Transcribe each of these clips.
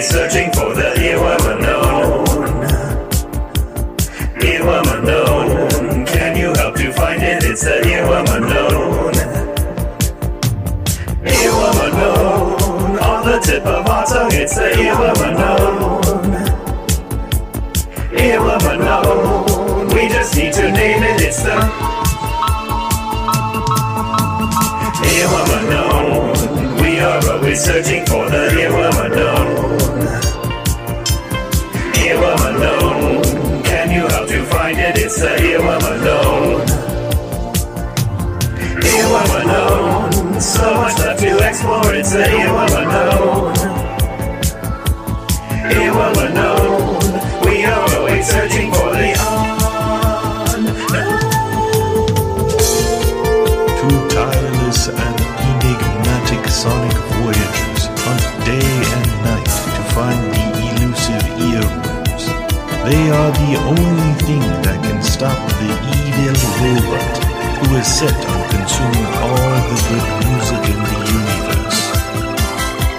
searching for the earworm unknown. Earworm unknown. Can you help to find it? It's the earworm unknown. Earworm unknown. On the tip of our tongue, it's the earworm unknown. Earworm unknown. We just need to name it. It's the earworm unknown. We are always searching for the earworm unknown. Earworm unknown. Can you help to find it? It's the earworm unknown. Earworm unknown. So much left to explore. It's the earworm unknown. Earworm unknown. We are always searching for the unknown. Two tireless and enigmatic sonic voyagers hunt day and night to find the elusive earworms. They are the only thing that can stop the evil robot who is set on consuming all the good music in the universe.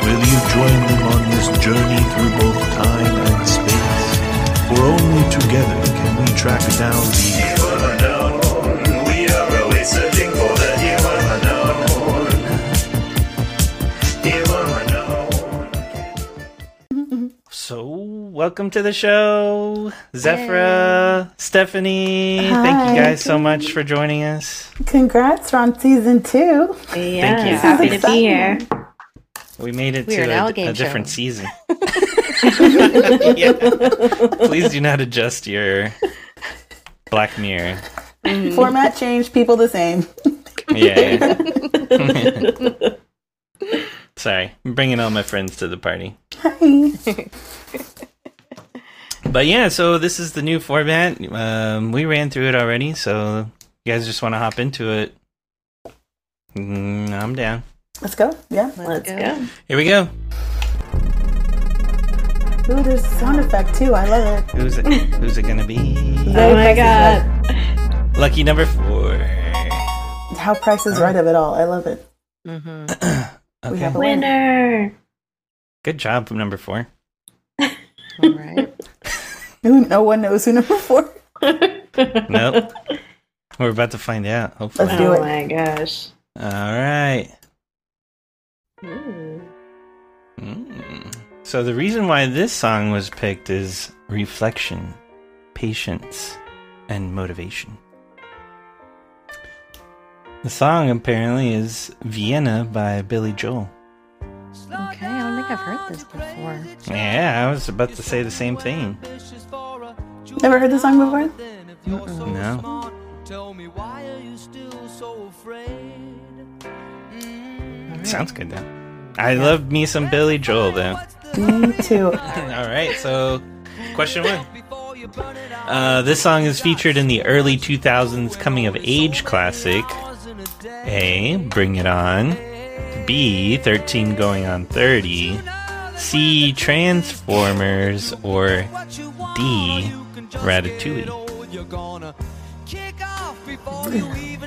Will you join them on this journey through both time and space? For only together can we track down the Earworm unknown. We are always searching for the earworm unknown. Earworm unknown. So, welcome to the show, Zephyra, Stephanie. Thank you Hi. guys so much for joining us. Congrats on season two. Yeah, you. happy to Exciting. be here. We made it We are to now a, a game a different show. season. Yeah. Please do not adjust your Black Mirror. Format change, people the same. Yeah. Sorry, I'm bringing all my friends to the party. Hi. But yeah, so this is the new format. Um, we ran through it already, so you guys just want to hop into it. Mm, I'm down. Let's go. Yeah. Let's go. Here we go. Ooh, there's a sound effect too. I love it. Who's it? Who's it gonna be? Oh my Price is Right. god. Lucky number four. How Price is Right of it all. I love it. hmm We Okay. have a winner. Winner. Good job, number four. All right. Ooh, no one knows who number four. Nope. We're about to find out. Hopefully. Let's do oh it. my gosh. All right. Ooh. Mm. So the reason why this song was picked is reflection, patience, and motivation. The song apparently is Vienna by Billy Joel. Okay, I don't think I've heard this before. Yeah, I was about to say the same thing. Never heard the song before? No. Sounds good though. I love me some Billy Joel though. Me too. All right, so question one. Uh, this song is featured in the early 2000s coming of age classic A. Bring It On. B. 13 Going on 30. C. Transformers. Or D. Ratatouille.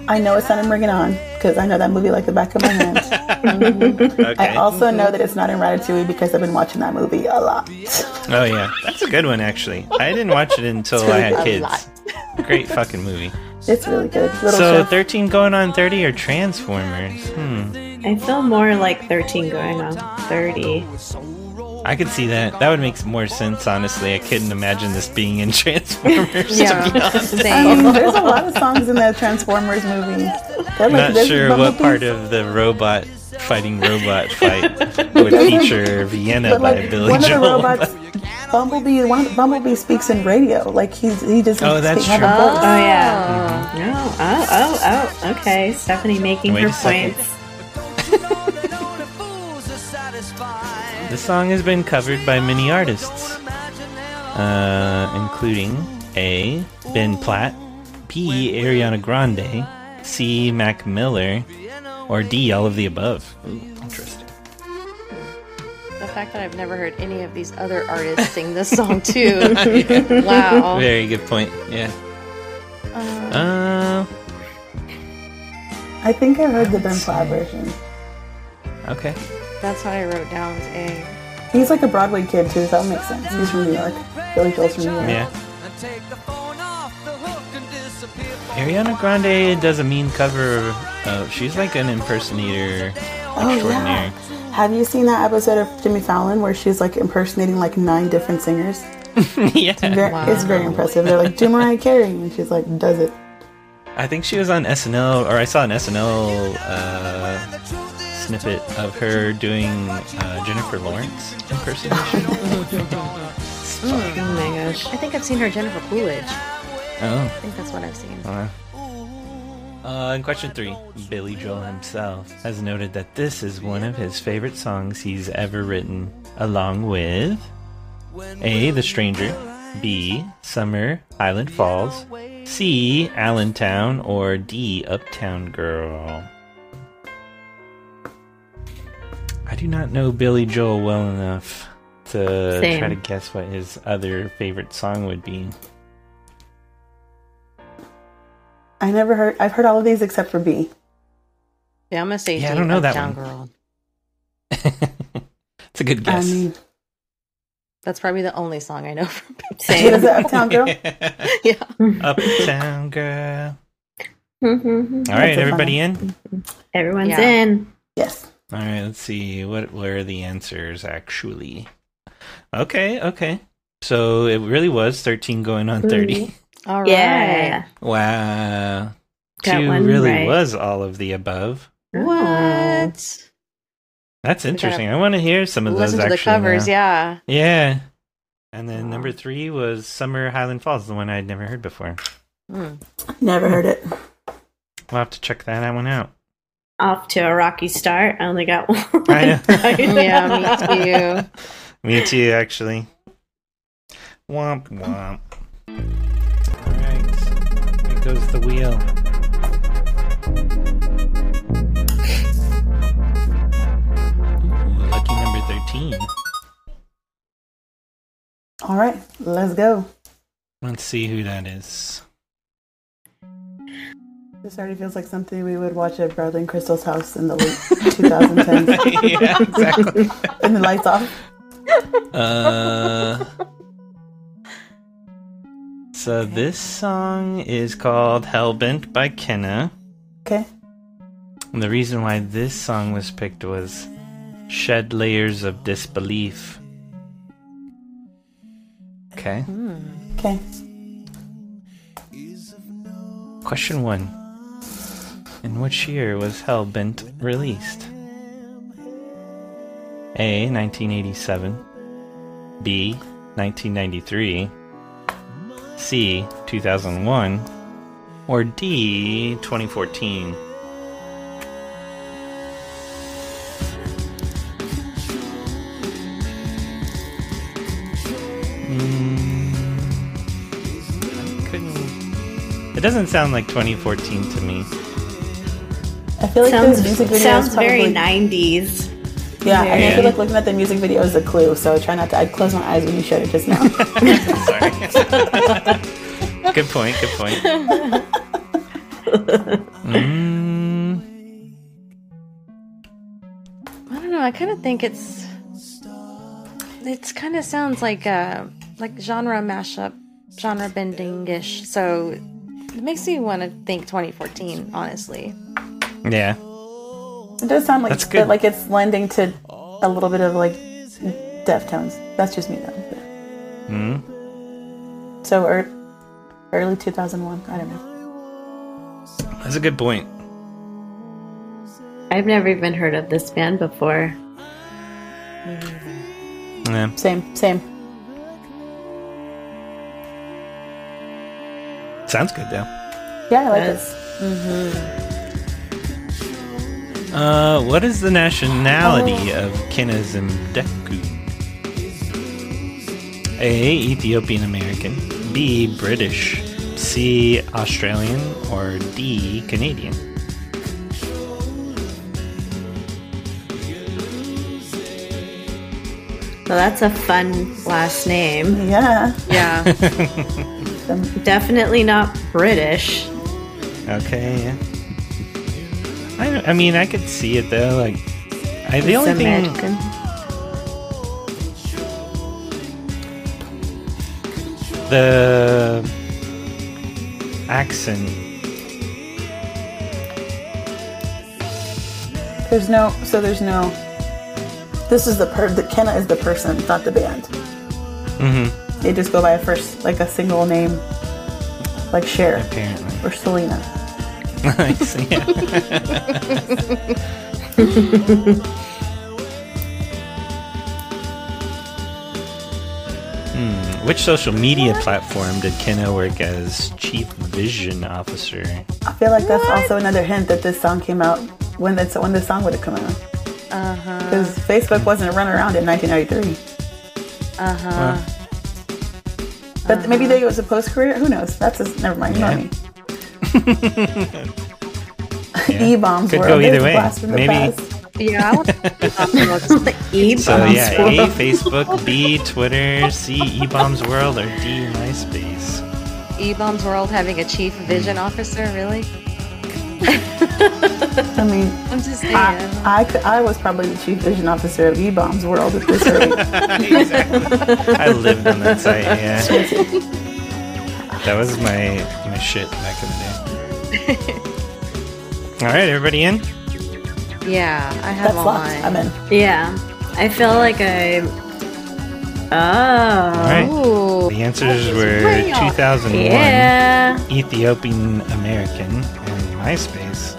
I know it's not in Bring It On because I know that movie like the back of my hand. I Okay. Oh, also know that it's not in Ratatouille because I've been watching that movie a lot. Oh, yeah. That's a good one, actually. I didn't watch it until I had kids. Great fucking movie. It's really good. Little So, Chef. 13 Going on 30 or Transformers? Hmm. I feel more like 13 going on 30. I could see that. That would make more sense, honestly. I couldn't imagine this being in Transformers. to be honest. I mean, same. Um, there's a lot of songs in that Transformers movie. They're like- I'm not there's sure what Bumblebee's- part of the robot fighting robot fight would feature Vienna But by like Billy one of the Joel. robots, Bumblebee, one of the, Bumblebee speaks in radio. Like he's he doesn't Oh, that's speak, have true. a voice. Oh, yeah. No. Oh, oh, oh. Okay. Stephanie making Wait her a second. points. This song has been covered by many artists, uh, including A. Ben Platt, B. Ariana Grande, C. Mac Miller, or D. All of the above. interesting. The fact that I've never heard any of these other artists sing this song too. wow. Very good point. Yeah. Uh, I think I heard the Ben Platt version. Uh, okay. That's what I wrote down as A. He's like a Broadway kid too, so that makes sense. He's from New York. Billy Joel's from New York. Yeah. Ariana Grande does a mean cover of. She's like an impersonator Oh yeah. extraordinaire. Have you seen that episode of Jimmy Fallon where she's like impersonating like nine different singers? Yeah. Ver- It's very impressive. They're like, do Mariah Carey, and she's like, does it? I think she was on SNL, or I saw an SNL uh, snippet of her doing uh, Jennifer Lawrence impersonation. Oh my gosh. I think I've seen her Jennifer Coolidge. I oh. think that's what I've seen. Uh, uh, in question three, Billy Joel himself has noted that this is one of his favorite songs he's ever written, along with A. The Stranger, B. Summer, Highland Falls, C. Allentown, or D. Uptown Girl. I do not know Billy Joel well enough to Same. try to guess what his other favorite song would be. I never heard. I've heard all of these except for B. Yeah, I'm gonna say Yeah, I Deep don't know that Uptown one. Girl. it's a good I guess. mean, That's probably the only song I know from Pimp C. what is it, Uptown Girl? Yeah. Uptown girl. Mhm. All right, a everybody in? Everyone's Yeah. in. Yes. All right, let's see what were the answers actually. Okay, okay. So it really was 13 going on 30. All right. Yeah. Wow. Got Two one really right. was all of the above. Oh. Oh. What? That's gotta interesting. I want to hear some of Listen those to the actually. covers, now. yeah. Yeah. And then number three was Summer Highland Falls, the one I'd never heard before. Mm. Never heard it. We'll have to check that one out. Off to a rocky start. I only got one. I know. right. Yeah, me too. Me too, actually. Womp womp. Alright. Here goes the wheel. Ooh, lucky number 13. All right, let's go. Let's see who that is. This already feels like something we would watch at Bradley and Crystal's house in the late 2010s, yeah, exactly. and the lights off. Uh, so this song is called Hellbent by Kenna. Okay. And the reason why this song was picked was shed layers of disbelief. Okay. Okay. Question one. In which year was Hellbent released? A. 1987. B. 1993. C. 2001. Or D. 2014. Mm, Hmm. I couldn't. It doesn't sound like 2014 to me. I feel like Sounds, those music videos sounds probably, very 90s. Yeah, I, mean, I Yeah. feel like looking at the music video is a clue. So try not to. I closed my eyes when you showed it just now. Sorry. good point. Good point. Mm, I don't know. I kind of think it's. It kind of sounds like uh like genre mashup, genre bending ish. So it makes me want to think 2014. Honestly, yeah. It does sound like, That's good. but like it's lending to a little bit of like Deftones. That's just me though. Mm. So er, early 2001. I don't know. That's a good point. I've never even heard of this band before. Yeah. Same, same. Sounds good though. Yeah, I like this. Uh, what is the nationality of Kenaz Mdeku? A. Ethiopian American. B. British. C. Australian. Or D. Canadian. So that's a fun last name. Yeah. yeah. Definitely not British. Okay. Yeah. I, don't- I mean, I could see it though. Like, I, the only thing American. the accent. There's no. So there's no. This is the per. The Kenna is the person, not the band. Mm-hmm. They just go by a first, like a single name, like Cher Apparently. or Selena. nice. Yeah. Hmm, Which social media platform did Kenna work as chief vision officer? I feel like that's also another hint that this song came out when that's when this song would have come out. Uh huh. Because Facebook wasn't a runaround in 1993. Uh huh. But maybe they was a post career. Who knows? That's just, never mind. Yeah. Yeah. E bombs Could were go a big either way. blast from the Maybe- past. Yeah. I want- the e So yeah, A Facebook, B Twitter, C E Bombs World, or D MySpace. E-Bombs World having a chief vision officer, really? I mean, I'm just saying. I, I, could- I was probably the chief vision officer of E bombs world at this rate. I lived on that site. Yeah, that was my my shit back in the day. All right, everybody in. yeah, I have That's all locked. mine. I'm in. Yeah. I feel like I. All Oh. right, Ooh. the answers were 2001, Yeah. Ethiopian American, and MySpace.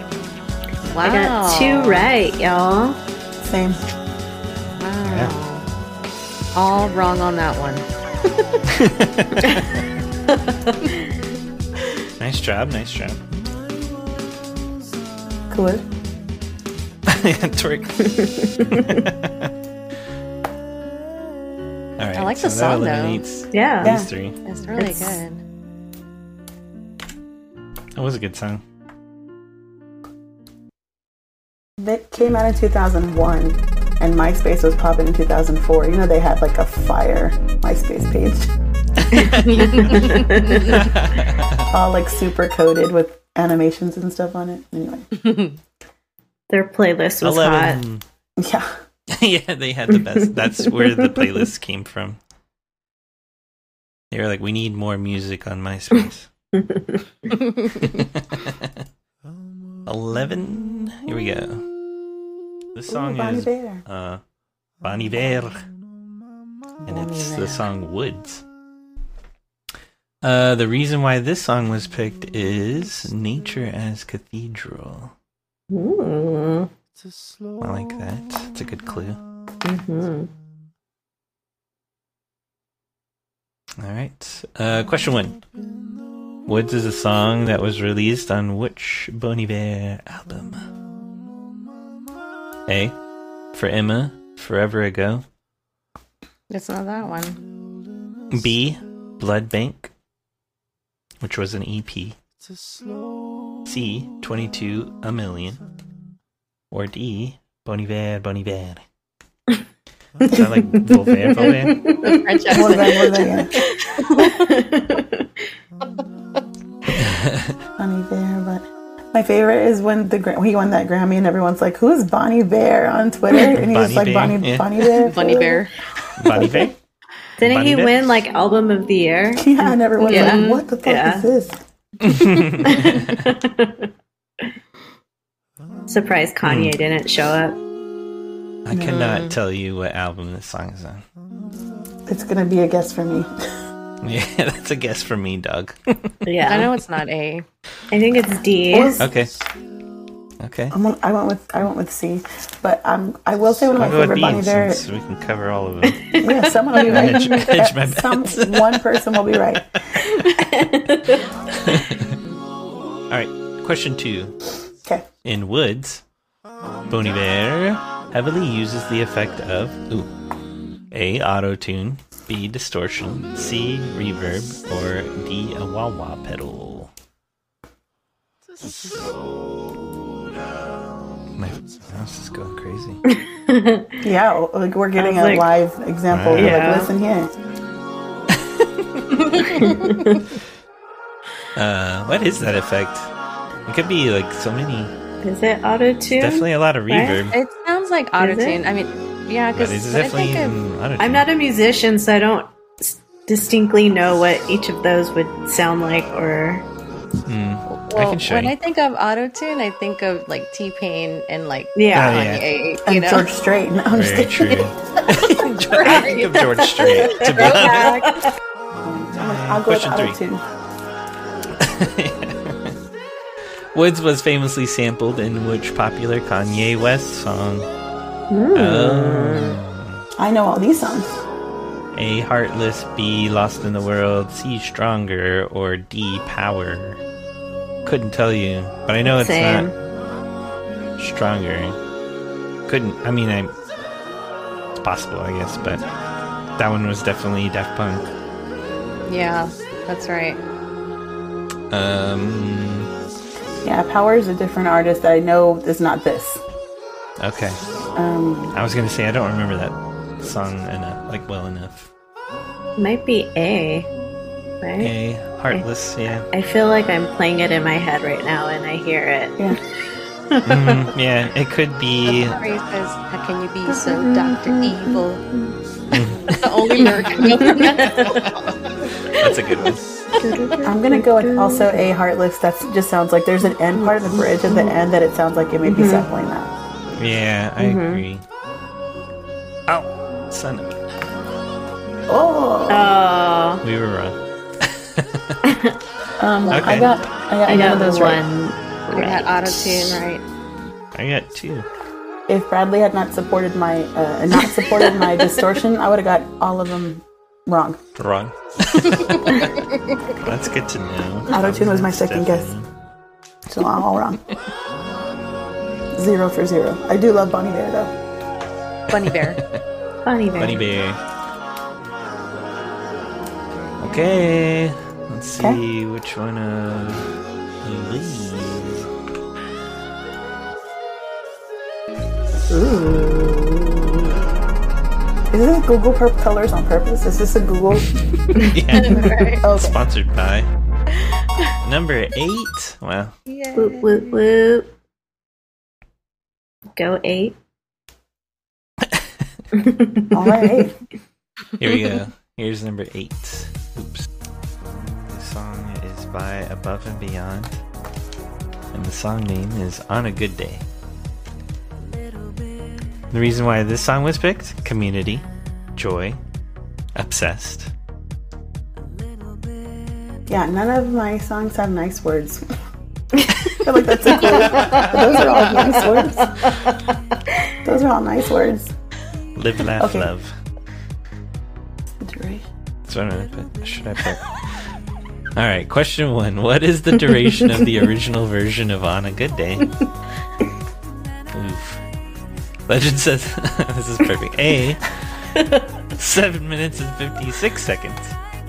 Wow. I Oh. got two right, y'all. Same. Wow. All wrong on that one. Nice job, nice job. Cool. yeah, twerk. All right, I like so the song, though. that eliminates Yeah. Yeah. these three. That's really It's- good. That was a good song. That came out in 2001, and MySpace was popping in 2004. You know, they had like a fire MySpace page, all like super coded with animations and stuff on it. Anyway, Their playlist was hot. yeah. yeah, they had the best. That's where the playlist came from. They were like, we need more music on MySpace. 11. Here we go. This song Ooh, Bonnie is Bear. uh, Bon Iver. And it's the song Woods. Uh, the reason why this song was picked is Nature as Cathedral. I Ooh. like that. It's a good clue. Mhm. All right. Uh, question one. Woods is a song that was released on which Bon Iver album? A. For Emma, Forever Ago. It's not that one. B. Blood Bank, which was an EP. C. 22 A Million. Or D. Bon Iver, Bon Iver. Is that like Volvaire, Volvaire? French What was accent. that? What was that? Yeah. Bonnie Bear, but my favorite is when the Gra- he won that Grammy, and everyone's like, "Who's Bonnie Bear?" on Twitter, and Bonnie he's like, Bear, "Bonnie, yeah. Bonnie Bear, Bunny Bear. Bon Iver? Didn't Bunny he bit? win like album of the year? Yeah, and everyone's Yeah. like, "What the fuck Yeah. is this?" Surprised Kanye Hmm. didn't show up. I cannot tell you what album this song is on. It's gonna be a guess for me. Yeah, that's a guess for me, Doug. Yeah. I know it's not A. I think it's D. Or- okay. Okay. I'm on- I went with I went with C, but um, I will say one of my I'll go with favorite Bonnie B Bear. since we can cover all of them. Yeah, someone will be right. hedge, hedge my bets. Some one person will be right. All right. Question two. Okay, In Woods, Bon Iver heavily uses the effect of ooh, A. Auto tune, B. Distortion, C. Reverb, or D. A wah wah pedal. My house is going crazy. yeah, like we're getting a Sounds like- live example. Right. We're Yeah. like, listen here. Uh, what is that effect? It could be like so many. Is it auto tune? Definitely a lot of reverb. It sounds like autotune. I mean, yeah, But because it's I definitely mm, think in of, autotune. I'm not a musician, so I don't s- distinctly know what each of those would sound like, or Well, can show when you. I think of auto tune, I think of like T Pain and like yeah, Oh, yeah. Kanye, you And know, George Strait. No, I'm just Very kidding. true. I think of George Strait. To be honest. Throwback. I'll go Question with three. auto-tune. Woods was famously sampled in which popular Kanye West song? Oh. I know all these songs. A heartless, B lost in the world, C stronger, or D power. Couldn't tell you, but I know it's Same. not stronger. Couldn't. I mean, I. It's possible, I guess, but that one was definitely Daft Punk. yeah, that's right. Um. Yeah, Power is a different artist that I know is not this. Okay. Um, I was gonna say I don't remember that song enough, like well enough. might be A, right? A heartless, yeah. I feel like I'm playing it in my head right now, and I hear it. yeah. Mhm, yeah, it could be. Sorry, it says, "How can you be so Doctor Evil?" the only lyric I know from that. That's a good one. I'm gonna go with also a heartless. That just sounds like there's an end part of the bridge at the end that it sounds like it may be sampling that. Yeah, I Mm-hmm. agree. Oh, son, of a- Oh, Oh, we were wrong. um, okay. I got I got I none got of those those right. one. I got auto tune right. I got two. If Bradley had not supported my uh, not supported my distortion, I would have got all of them wrong. Wrong. That's good to know. Auto-tune was my second guess. So I'm all wrong. Zero for zero. I do love Bonnie Bear though. Bunny Bear. Funny bear. Bunny Bear. Okay, let's see Okay. which one uh, of these. Is this Google Perp colors on purpose? Is this a Google? Yeah, Okay. sponsored by number eight. Wow. Woop woop woop. Go eight. All right. Here we go. Here's number eight. Oops. This song is by Above and Beyond. And the song name is On a Good Day. The reason why this song was picked community, joy, obsessed. Yeah, none of my songs have nice words. I feel like that's a clue. Those are all nice words. Those are all nice words. Live, laugh, Okay. love. The duration. That's what I put. Should I put? All right, question one. What is the duration of the original version of On a Good Day? Oof. Legend says this is perfect. A, 7 minutes and 56 seconds.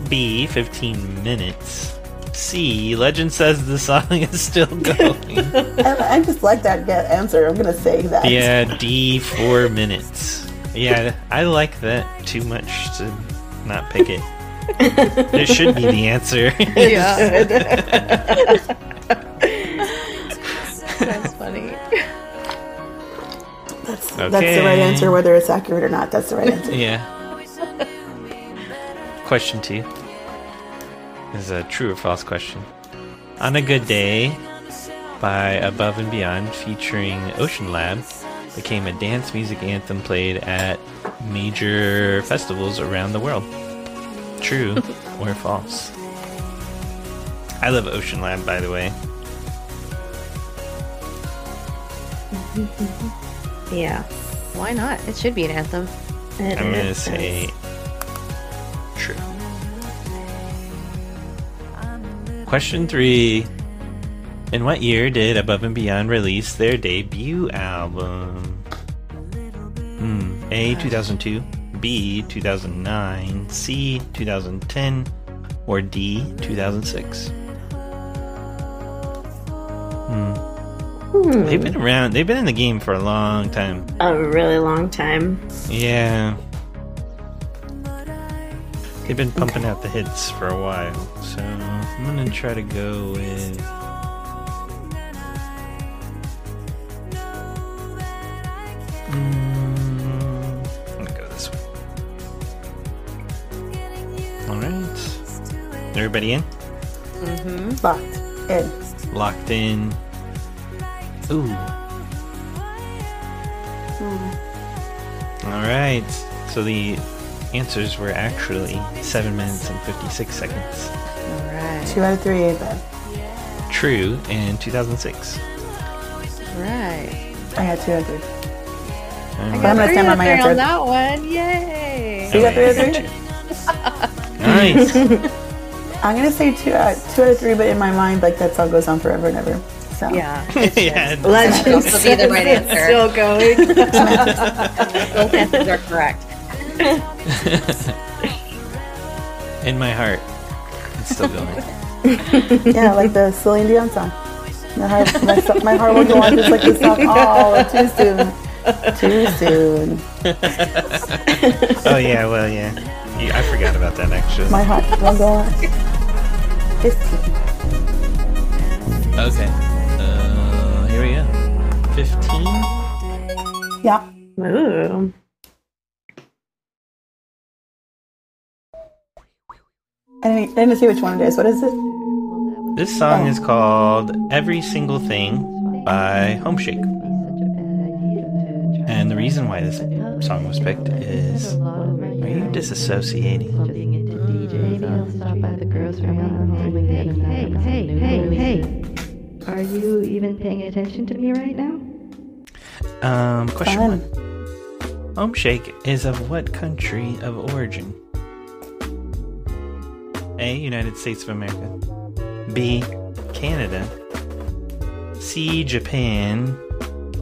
B, 15 minutes. C, legend says the song is still going. I, I just like that get answer. I'm gonna say that. yeah, D, 4 minutes. Yeah, I like that too much to not pick it. It should be the answer. Yeah. That's funny. That's, that's the right Okay. answer, whether it's accurate or not. That's the right answer. Yeah. question two This is a true or false question. On a Good Day by Above and Beyond featuring Ocean Lab became a dance music anthem played at major festivals around the world. True or false? I love Ocean Lab, by the way. Yeah. Why not? It should be an anthem. It I'm gonna is. say true. Question three. In what year did Above and Beyond release their debut album? Hmm. A 2002, B 2009, C 2010, or D 2006? Hmm, They've been around. They've been in the game for a long time. a really long time. Yeah. They've been pumping out the hits for a while, so I'm gonna try to go with. Mm, I'm gonna go this way. All right. Everybody in? Locked in. Locked in. Ooh. All right. So the answers were actually 7 minutes and 56 seconds. All right. Two out of three ain't bad. True in 2006. All right. I had two out of three. I I'm gonna got three stand by out my there answer. on that one. Yay. So you got three out of three? Nice. I'm gonna say two out two out of three, but in my mind, like that song goes on forever and ever. So Yeah. yeah. Legend This will be the right says it's answer. Still going. Both answers are correct. In my heart. It's still going. yeah, like the Celine Dion song. My heart, my, so- my heart will go on just like this song. Oh, too soon, too soon. oh, yeah. Well, yeah. yeah. I forgot about that, actually. My heart will go on. Fifteen. Okay. Uh, here we go. 15? Yeah. Ooh. I didn't, I didn't see which one it is. What is it? This song is called Every Single Thing by Homeshake. And the reason why this song was picked is are you disassociating? Maybe he'll stop by the grocery on Hey, hey, hey, hey, hey. Are you even paying attention to me right now? Um, question Fun. one. Homeshake is of what country of origin? A. United States of America. B. Canada. C. Japan.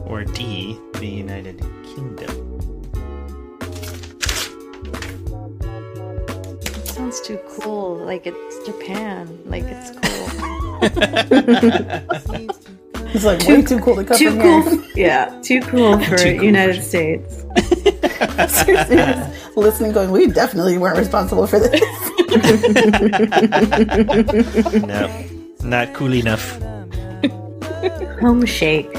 Or D. The United Kingdom. Sounds too cool. Like it's Japan. Like it's cool. It's like way too cool to come Too from cool. here. Yeah. Too cool for Too cool United for- States. Seriously, I was listening, going, we definitely weren't responsible for this. no, not cool enough. Home Shake.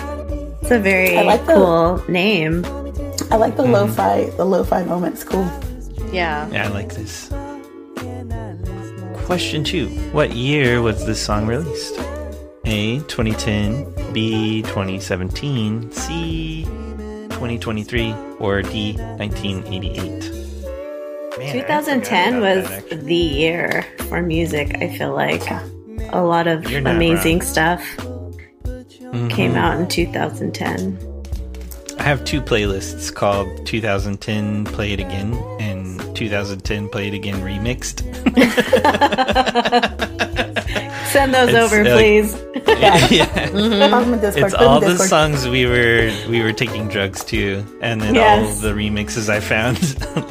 It's a very I like the- cool name. I like the Mm-hmm. lo-fi, the lo-fi moments. Cool. Yeah. Yeah, I like this. Question two What year was this song released? A. 2010, B. 2017, C. 2023, or D. 1988? Man, I forgot 2010 about was that, actually. the year for music. I feel like a lot of You're not amazing wrong. stuff Mhm. came out in 2010. I have two playlists called 2010 Play It Again and 2010 Play It Again Remixed. Send those It's, over, uh, please. yeah. Put Mm-hmm. them in It's Discord, put them in all the Discord. songs we were we were taking drugs to, and then all Yes. of the remixes I found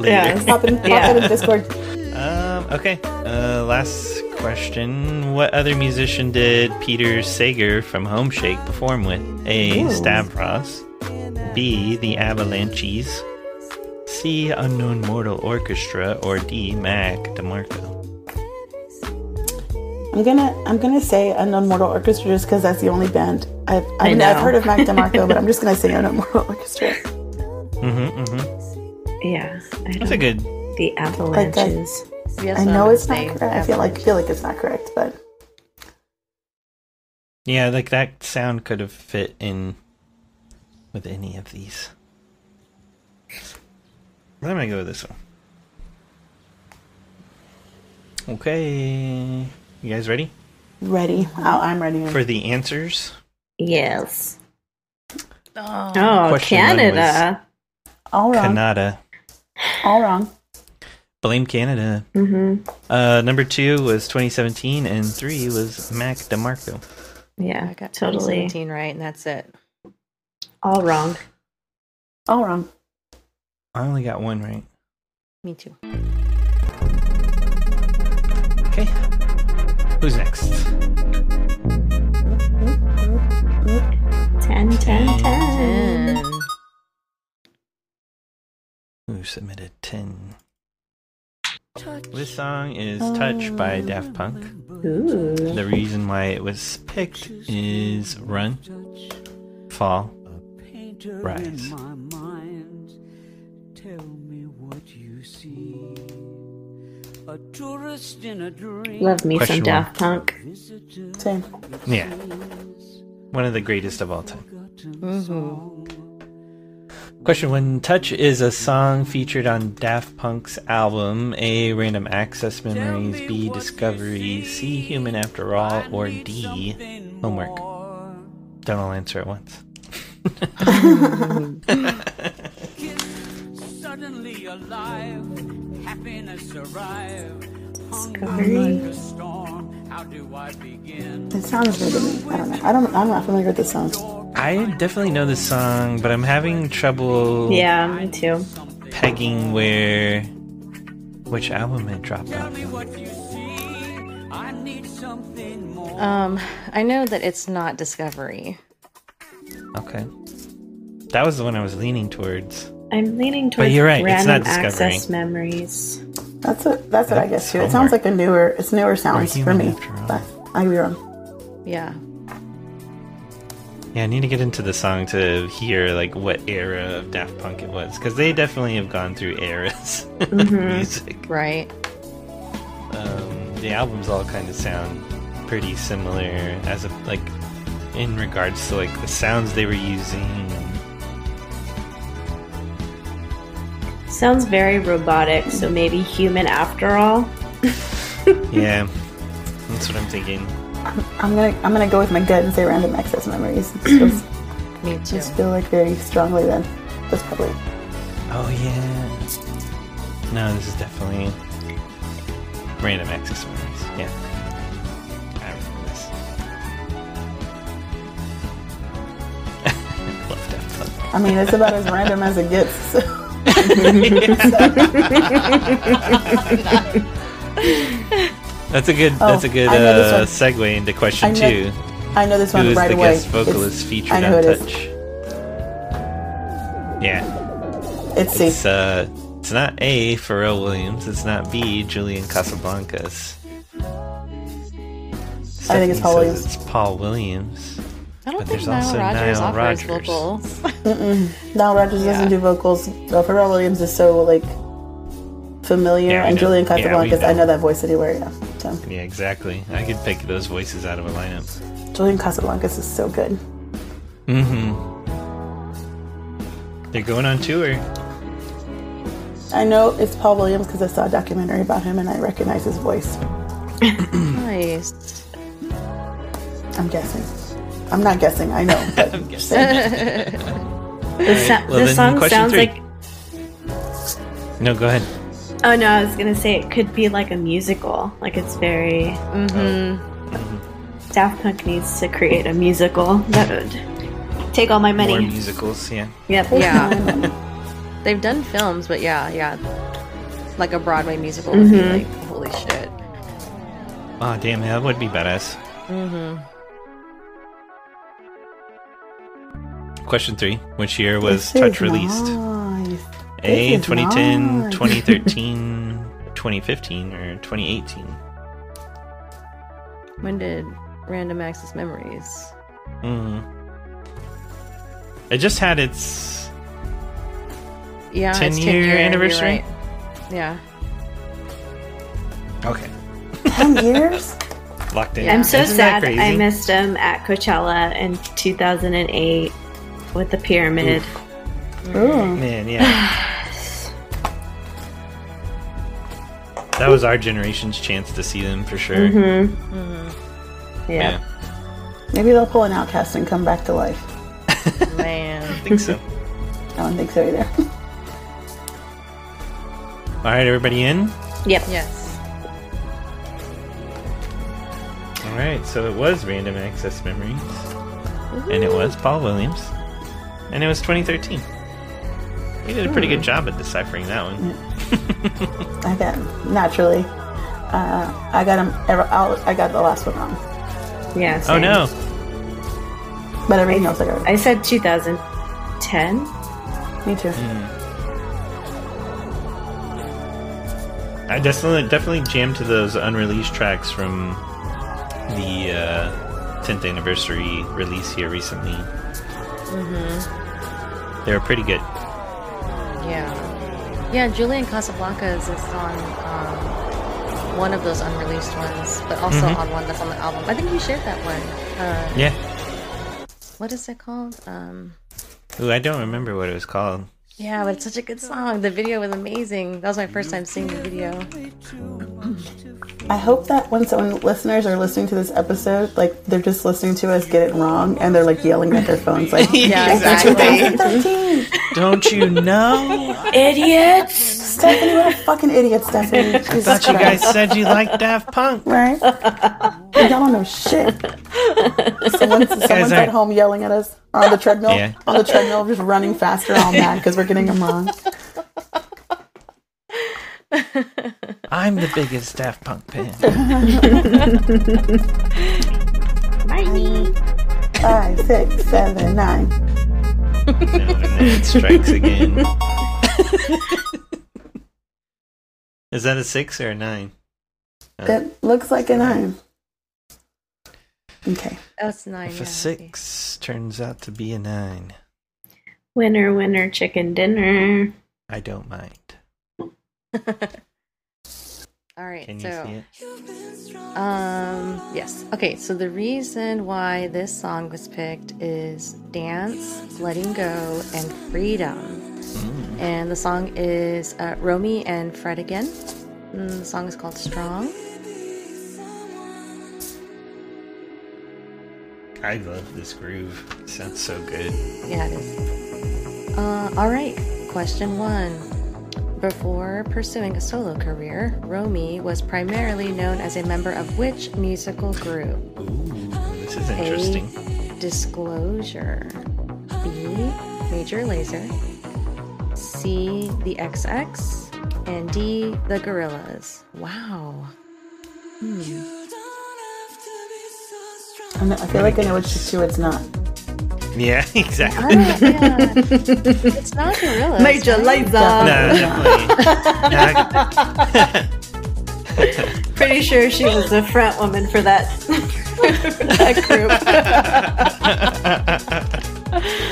later. Yes. Pop in, pop Yeah. it in Discord. Um, okay. Uh, last question: What other musician did Peter Sager from Homeshake perform with? A. Stavros. B. The Avalanches. C. Unknown Mortal Orchestra, or D. Mac DeMarco. I'm gonna I'm gonna say Unknown Mortal Orchestra just because that's the only band I've I I mean, I've know. heard of Mac DeMarco, but I'm just gonna say Unknown Mortal Orchestra. Mm-hmm, mm-hmm. Yeah, I That's a good. don't, uh, the avalanches. Yes, I I'm know gonna it's not say correct. I feel like feel like it's not correct, but Yeah, like that sound could have fit in with any of these. I'm gonna go with this one. Okay, you guys ready? ready. Oh, I'm ready. for the answers. Yes. Oh. Oh, Question one Canada. all wrong. Canada. All wrong. Blame Canada. Mm-hmm. Uh, number two was 2017, and three was Mac DeMarco. Yeah, I got totally. 17 right, and that's it. All wrong. All wrong. I only got one right. Me too. Okay. Who's next? 10, 10, 10. Ten. Who submitted 10? This song is Touch by Daft Punk. Ooh. The reason why it was picked is Run, Fall, Rise. A tourist in a dream. Love me some Question Daft Punk. Same. Yeah. One of the greatest of all time. Mm-hmm. Question one Touch is a song featured on Daft Punk's album A. Random Access Memories, B. Discovery, C. Human After All, or D. Homework. Don't all answer at once. Suddenly alive, happiness arrived. Discovery. The storm, how do I begin? It sounds new to me. I don't know. I don't. I'm not familiar with this song. I definitely know this song, but I'm having trouble Yeah, me too. pegging where. which album it dropped off. of. What you see, I need something more. Um, I know that it's not Discovery. Okay. That was the one I was leaning towards. I'm leaning towards you're right, it's random not Discovery. access memories. That's what. That's what I guess too. It sounds Homework. like a newer. It's newer sounds for human me. after all. But I could be wrong. Yeah. Yeah, I need to get into the song to hear like what era of Daft Punk it was, because they definitely have gone through eras of music. Right. Um, the albums all kind of sound pretty similar, as a, like in regards to like the sounds they were using. Sounds very robotic, so maybe human after all. Yeah, that's what I'm thinking. I'm gonna. I'm gonna go with my gut and say random access memories. It feels, Me too. just feel like very strongly then. That's probably. Oh yeah. No, this is definitely random access memories. Yeah. I remember this. Love Daft Punk. I mean, it's about as random as it gets. So. That's a good. Oh, that's a good I know this uh, one. segue into question I know- two. I know this Who one is right the away. guest vocalist featured I on know who it is. Touch? Yeah, It's, it's it's C. uh, it's not A. Pharrell Williams. It's not B. Julian Casablancas. I think it's Paul Stephanie says Williams. It's Paul Williams. I don't But think there's Nile also Rodgers Nile offers Rodgers. vocals. Nile Rodgers doesn't do vocals. Uh, Pharrell Williams is so like familiar, Yeah, we and know. Julian Yeah, we Casablancas. I know. know that voice anywhere. Yeah. So Yeah, exactly. I could pick those voices out of a lineup. Julian Casablancas is so good. Mm-hmm. They're going on tour. I know it's Paul Williams because I saw a documentary about him and I recognize his voice. Nice. I'm guessing. I'm not guessing. I know. But I'm This, Alright, so- well then, this song question sounds three. like. No, go ahead. Oh no, I was gonna say it could be like a musical. Like it's very. mm-hmm. Oh. Daft Punk needs to create a musical that would take all my More money. musicals. Yeah. Yep. Yeah. They've done films, but yeah, yeah. Like a Broadway musical would be like, holy shit. Oh damn, that would be badass. Mm-hmm. Question three: Which year was Touch released? Nice. A This is 2010, nice. 2013, 2015, or 2018? When did Random Access Memories? Mm. It just had its. Yeah, 10 it's 10 year year, you're anniversary? right. Yeah. Okay. Ten years? Locked in. I'm so Isn't that sad I crazy? missed him at Coachella in 2008 with the pyramid. Ooh. Man, yeah. that was our generation's chance to see them for sure. Mm-hmm. Yeah. Maybe they'll pull an outcast and come back to life. I Man. think so. I don't think so either. All right, everybody in? Yep. Yes. All right, so it was random access memories, and it was Paul Williams, and it was 2013. We did a pretty good job at deciphering that one. I bet. Naturally. Uh, I got 'em ever out. I got the last one wrong, Yeah. Oh same. no! but everything else I got. right. I said 2010. Me too. I definitely definitely jammed to those unreleased tracks from the uh, 10th anniversary release here recently. They were pretty good. Yeah. Yeah, Julian Casablancas is on um, one of those unreleased ones, but also Mhm. on one that's on the album. I think you shared that one. Uh, Yeah. What is it called? Um, Ooh, I don't remember what it was called. yeah, but it's such a good song. The video was amazing. That was my first time seeing the video. I hope that when when listeners are listening to this episode, like they're just listening to us get it wrong and they're like yelling at their phones, like, Yeah, "It's exactly. 2013. Don't you know? Idiots! Stephanie, what a fucking idiot, Stephanie. Jesus Thought you guys Christ. said you liked Daft Punk. right? Y'all don't know shit. Someone, someone's aren't- at home yelling at us or on the treadmill. Yeah. On the treadmill, just running faster, all mad because we're getting them wrong. I'm the biggest Daft Punk fan. Five, six, seven, nine. it strikes again. Is that a six or a nine? It looks like a nine. Okay. That's nine. If yeah, a okay. six turns out to be a nine, Winner, winner, chicken dinner. I don't mind. All right. Can you so, see it? Um, yes. Okay, so the reason why this song was picked is Dance, Letting Go, and Freedom. And the song is uh, Romy and Fred again. And the song is called Strong. I love this groove. It sounds so good. Yeah, it is. Uh, all right, question one. Before pursuing a solo career, Romy was primarily known as a member of which musical group? Ooh, this is interesting. A. Disclosure. B. Major Laser. C. The XX. And D. The Gorillas. Wow. I, know- I feel like I know which two it's not. Yeah, exactly. Ah, yeah. it's not Gorillas. Major right? Laser. No, definitely. Pretty sure she was the front woman for that, that group.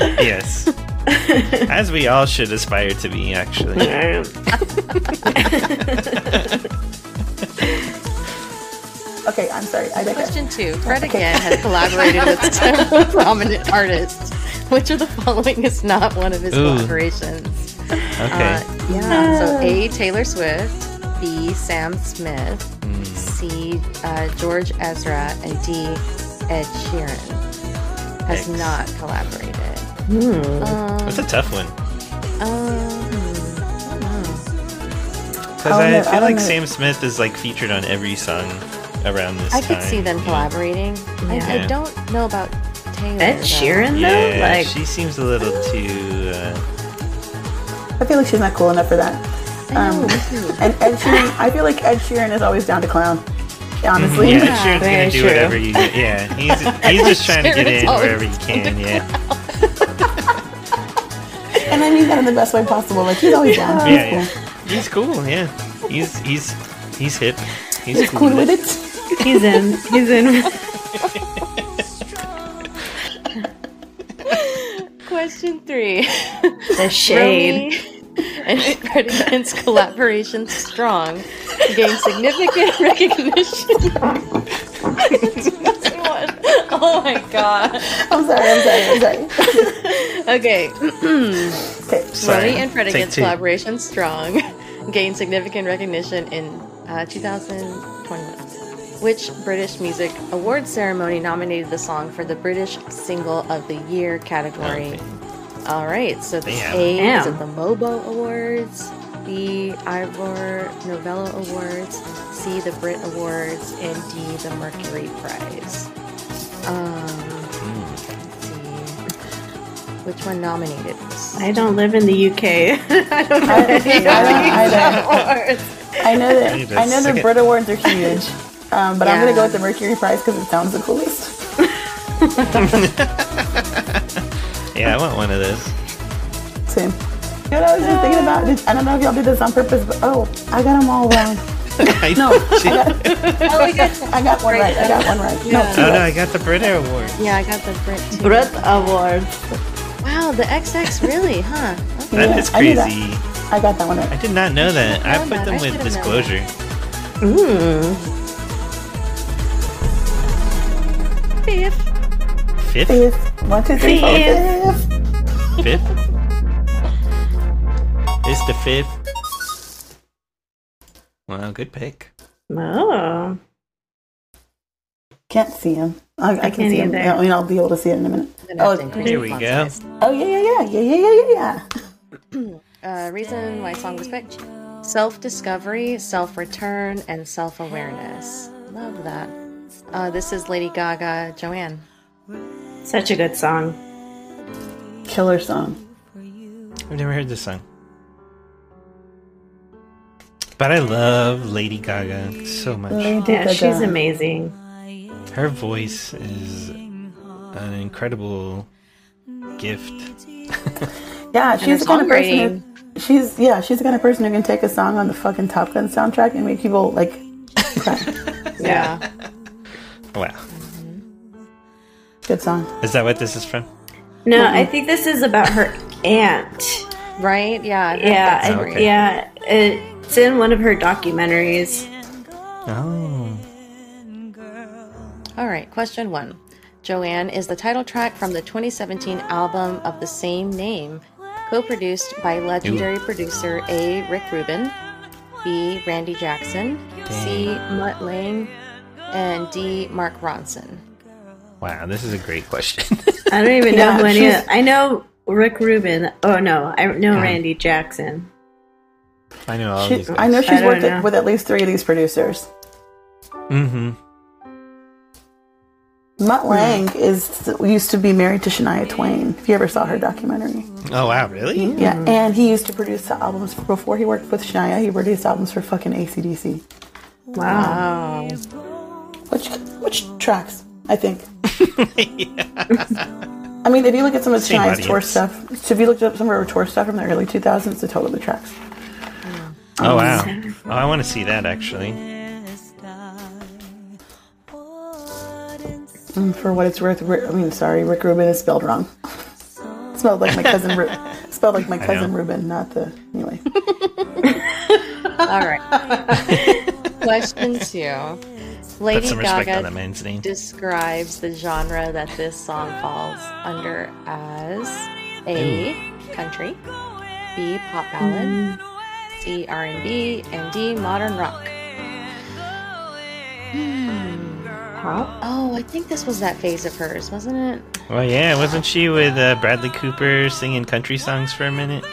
yes. As we all should aspire to be, actually. Okay, I'm sorry. I digress. Question two. Fred again has collaborated with several prominent artists. Which of the following is not one of his Ooh. collaborations? Okay. Ah. Uh, yeah. So A. Taylor Swift, B. Sam Smith, Mm. C. Uh, George Ezra, and D. Ed Sheeran has Yikes. not collaborated. Hmm. That's a tough one. Um, I, Because I, I don't know- Oh, I feel don't like know. Sam Smith is like featured on every song around this I time. could see them collaborating. I, Yeah. I don't know about Taylor. Ed though. Sheeran, Yeah, though? Like, she seems a little too. Uh, I feel like she's not cool enough for that. I know, Um, me too. And Ed Sheeran, I feel like Ed Sheeran is always down to clown. Honestly. Mm-hmm, yeah, Ed Sheeran's gonna very do true. whatever you. Yeah, he's he's just trying to get Sheeran's in always wherever he can. Yeah, And I mean that in the best way possible. Like he's always down. He's yeah, yeah. He's cool. Yeah, he's he's he's hip. He's cool. Cool cool. with it. he's in. He's in. Question three. The shade. Romy and Fred again's collaboration Strong gained significant recognition. oh my god. I'm sorry. I'm sorry. I'm sorry. Okay. Okay. Sorry. Romy and Fred Take again's two. collaboration Strong gained significant recognition in uh, 2021. Which British Music Awards ceremony nominated the song for the British Single of the Year category? Okay. All right, so the Damn. A is Damn. at the MOBO Awards, B Ivor Novello Awards, C the Brit Awards, and D the Mercury Prize. Um, let's see. Which one nominated? this? I don't live in the UK. I don't know. I, I don't either. Awards. I know that. Hey, I know that's the sick. Brit Awards are huge, um, but I'm gonna Yeah. go with the Mercury Prize because it sounds the coolest. Yeah, I want one of those. Same. You know what I was just thinking about? Did- I don't know if y'all did this on purpose, but oh, I got them all wrong. no. I got one right. I got one right. No, two oh no, right. I got the Brit Award. yeah, I got the Brit. Too. Brit Award. Wow, the XX really, huh? Okay. That Yeah, is I knew that. crazy. I got that one right. I did not know that. I known put that. them I with should've known disclosure. Fifth. Fifth? Fifth. One, two, three, four, Fifth. fifth. Fifth? It's the fifth. Wow, good pick. Oh. Can't see him. I, I, can can't see him. either. I mean, I'll be able to see it in a minute. Oh, Here we go. oh yeah, yeah, yeah, yeah, yeah, yeah, yeah, yeah. Uh, reason why song was picked: self-discovery, self-return, and self-awareness. Love that. Uh, this is Lady Gaga, Joanne. Such a good song. Killer song. I've never heard this song. But I love Lady Gaga so much. Lady Yeah, she's Gaga. amazing. Her voice is an incredible gift. Yeah, she's the kind of person. songwriting. Who, she's yeah, she's the kind of person who can take a song on the fucking Top Gun soundtrack and make people like. cry. Yeah. Wow. Good song. Is that what this is from? No, I think this is about her aunt. right? Yeah. I heard Yeah, that I- story. Okay. yeah. It's in one of her documentaries. Oh. All right. Question one: Joanne is the title track from the 2017 album of the same name, co-produced by legendary producer A. Rick Rubin, B. Randy Jackson, C. Mutt Lange, and D. Mark Ronson. Wow, this is a great question. I don't even know Yeah, who any. she's- of- I know Rick Rubin. Oh no, I know Randy Jackson. I know all She- Oh, these guys. I know she's don't worked know. at, with at least three of these producers. Mm-hmm. Hmm. Mutt Lang is used to be married to Shania Twain. If you ever saw her documentary, Hmm. Oh wow, really? yeah, and he used to produce the albums before he worked with Shania. He produced albums for fucking ACDC, Wow. Oh. which which tracks I think. I mean, if you look at some of Same Shania's tour audience. stuff, so if you looked up some of her tour stuff from the early 2000s, the total of the tracks. Oh wow. Oh, I want to see that actually. And for what it's worth, Ri- I mean, sorry, Rick Rubin is spelled wrong. spelled like my cousin. Ru- spelled like my cousin know. Rubin, not the anyway. All right. Question two. Put Lady some respect on Gaga that man's name. describes the genre that this song falls under as A country, B pop ballad, C R&B, and D modern rock. Pop? Oh, I think this was that phase of hers, wasn't it? Well, yeah, wasn't she with uh, Bradley Cooper singing country songs for a minute?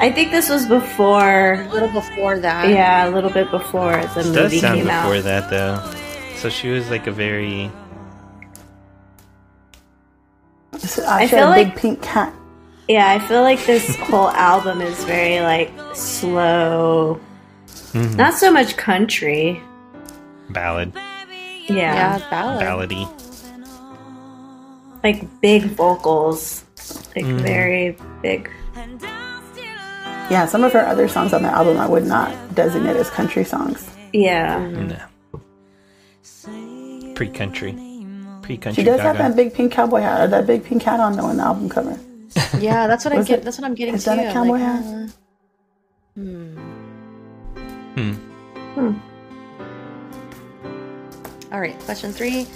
I think this was before. A little before that. Yeah, a little bit before the It movie does sound came before out. that though. So she was like a very So I, feel feel a big like- pink cat. Yeah, I feel like this whole album is very like slow. Mm-hmm. Not so much country. ballad, Yeah. Yeah, ballad. ballady. Like big vocals. Like Mm-hmm. very big. Yeah, some of her other songs on the album I would not designate as country songs. Yeah. No. Pre-country, She pre-country. does have Gaga. that big pink cowboy hat, or that big pink hat on though in the album cover. Yeah, that's what I Was get. it- That's what I'm getting is to. that a cowboy like, hat? uh, Hmm. All right, question three.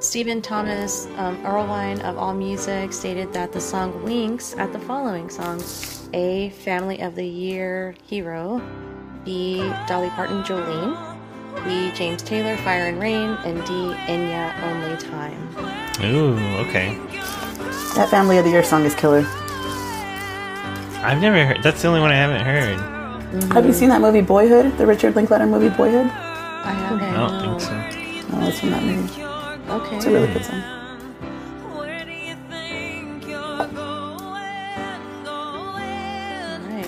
Stephen Thomas um, Erlewine of AllMusic stated that the song links at the following songs A. Family of the Year Hero, B. Dolly Parton Jolene, B. James Taylor Fire and Rain, and D. Enya Only Time. Ooh, okay. That Family of the Year song is killer. I've never heard. That's the only one I haven't heard. Have you seen that movie Boyhood? The Richard Linklater movie Boyhood? I haven't. I don't think so. No, it's from that movie. Okay. It's a really good song. All right.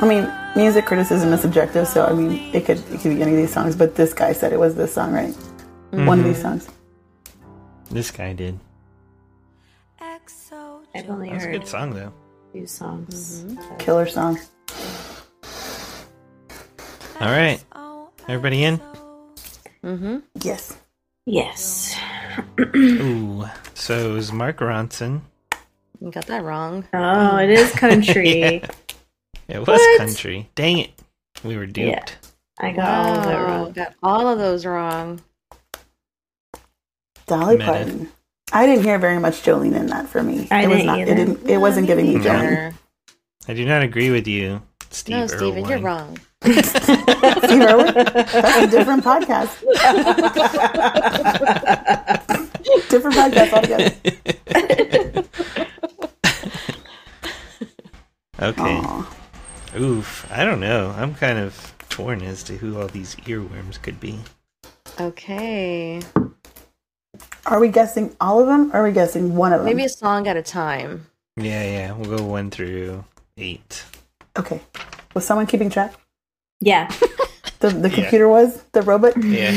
I mean, music criticism is subjective, so I mean, it could it could be any of these songs. But this guy said it was this song, right? One of these songs. This guy did. I've only That's a heard good song though. two songs. Killer song. All right, everybody in. Yes. Yes. Ooh. So it was Mark Ronson. You got that wrong. Oh, it is country. It was What? country. Dang it. We were duped. I got all of that wrong. Oh, Got all of those wrong. Dolly Minute. Parton. I didn't hear very much Jolene in that for me. I it was didn't not. either. It didn't. It wasn't giving me Jolene. Or- I do not agree with you, Steve. no, Steven, Irwin. you're wrong. Steve Irwin. That's a different podcast. different podcast altogether. Okay. Aw. Oof. I don't know. I'm kind of torn as to who all these earworms could be. Okay. Are we guessing all of them? Or are we guessing one of them? Maybe a song at a time. Yeah, yeah. We'll go one through eight. Okay. Was someone keeping track? Yeah. The, the computer was the robot. Yeah.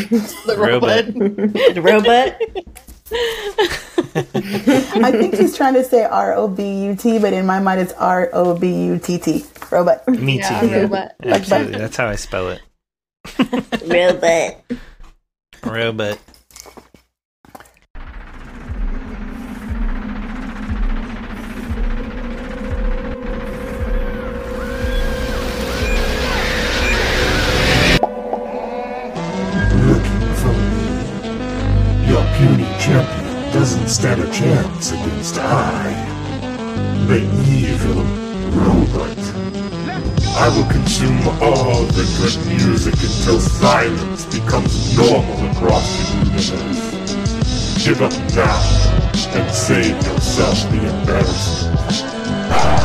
Robot. The robot. I think he's trying to say R O B U T, but in my mind it's R O B U T T. Robot. Me Yeah, too. yeah. robot. Absolutely. That's how I spell it. robot. Robot. Looking for me. Your puny champion doesn't stand a chance against I, the evil robot. I will consume all the good music until silence becomes normal across the universe. Give up now and save yourself the embarrassment.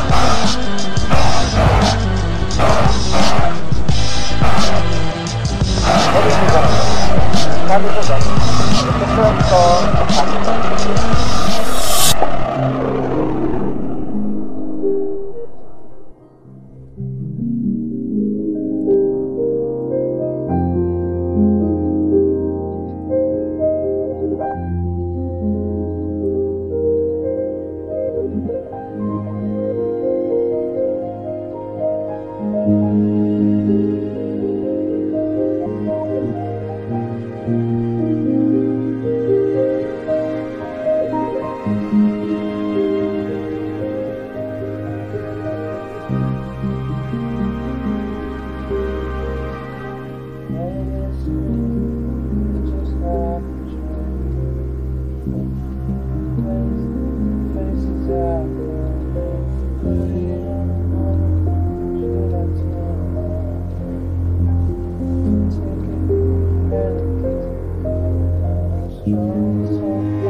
Thank you.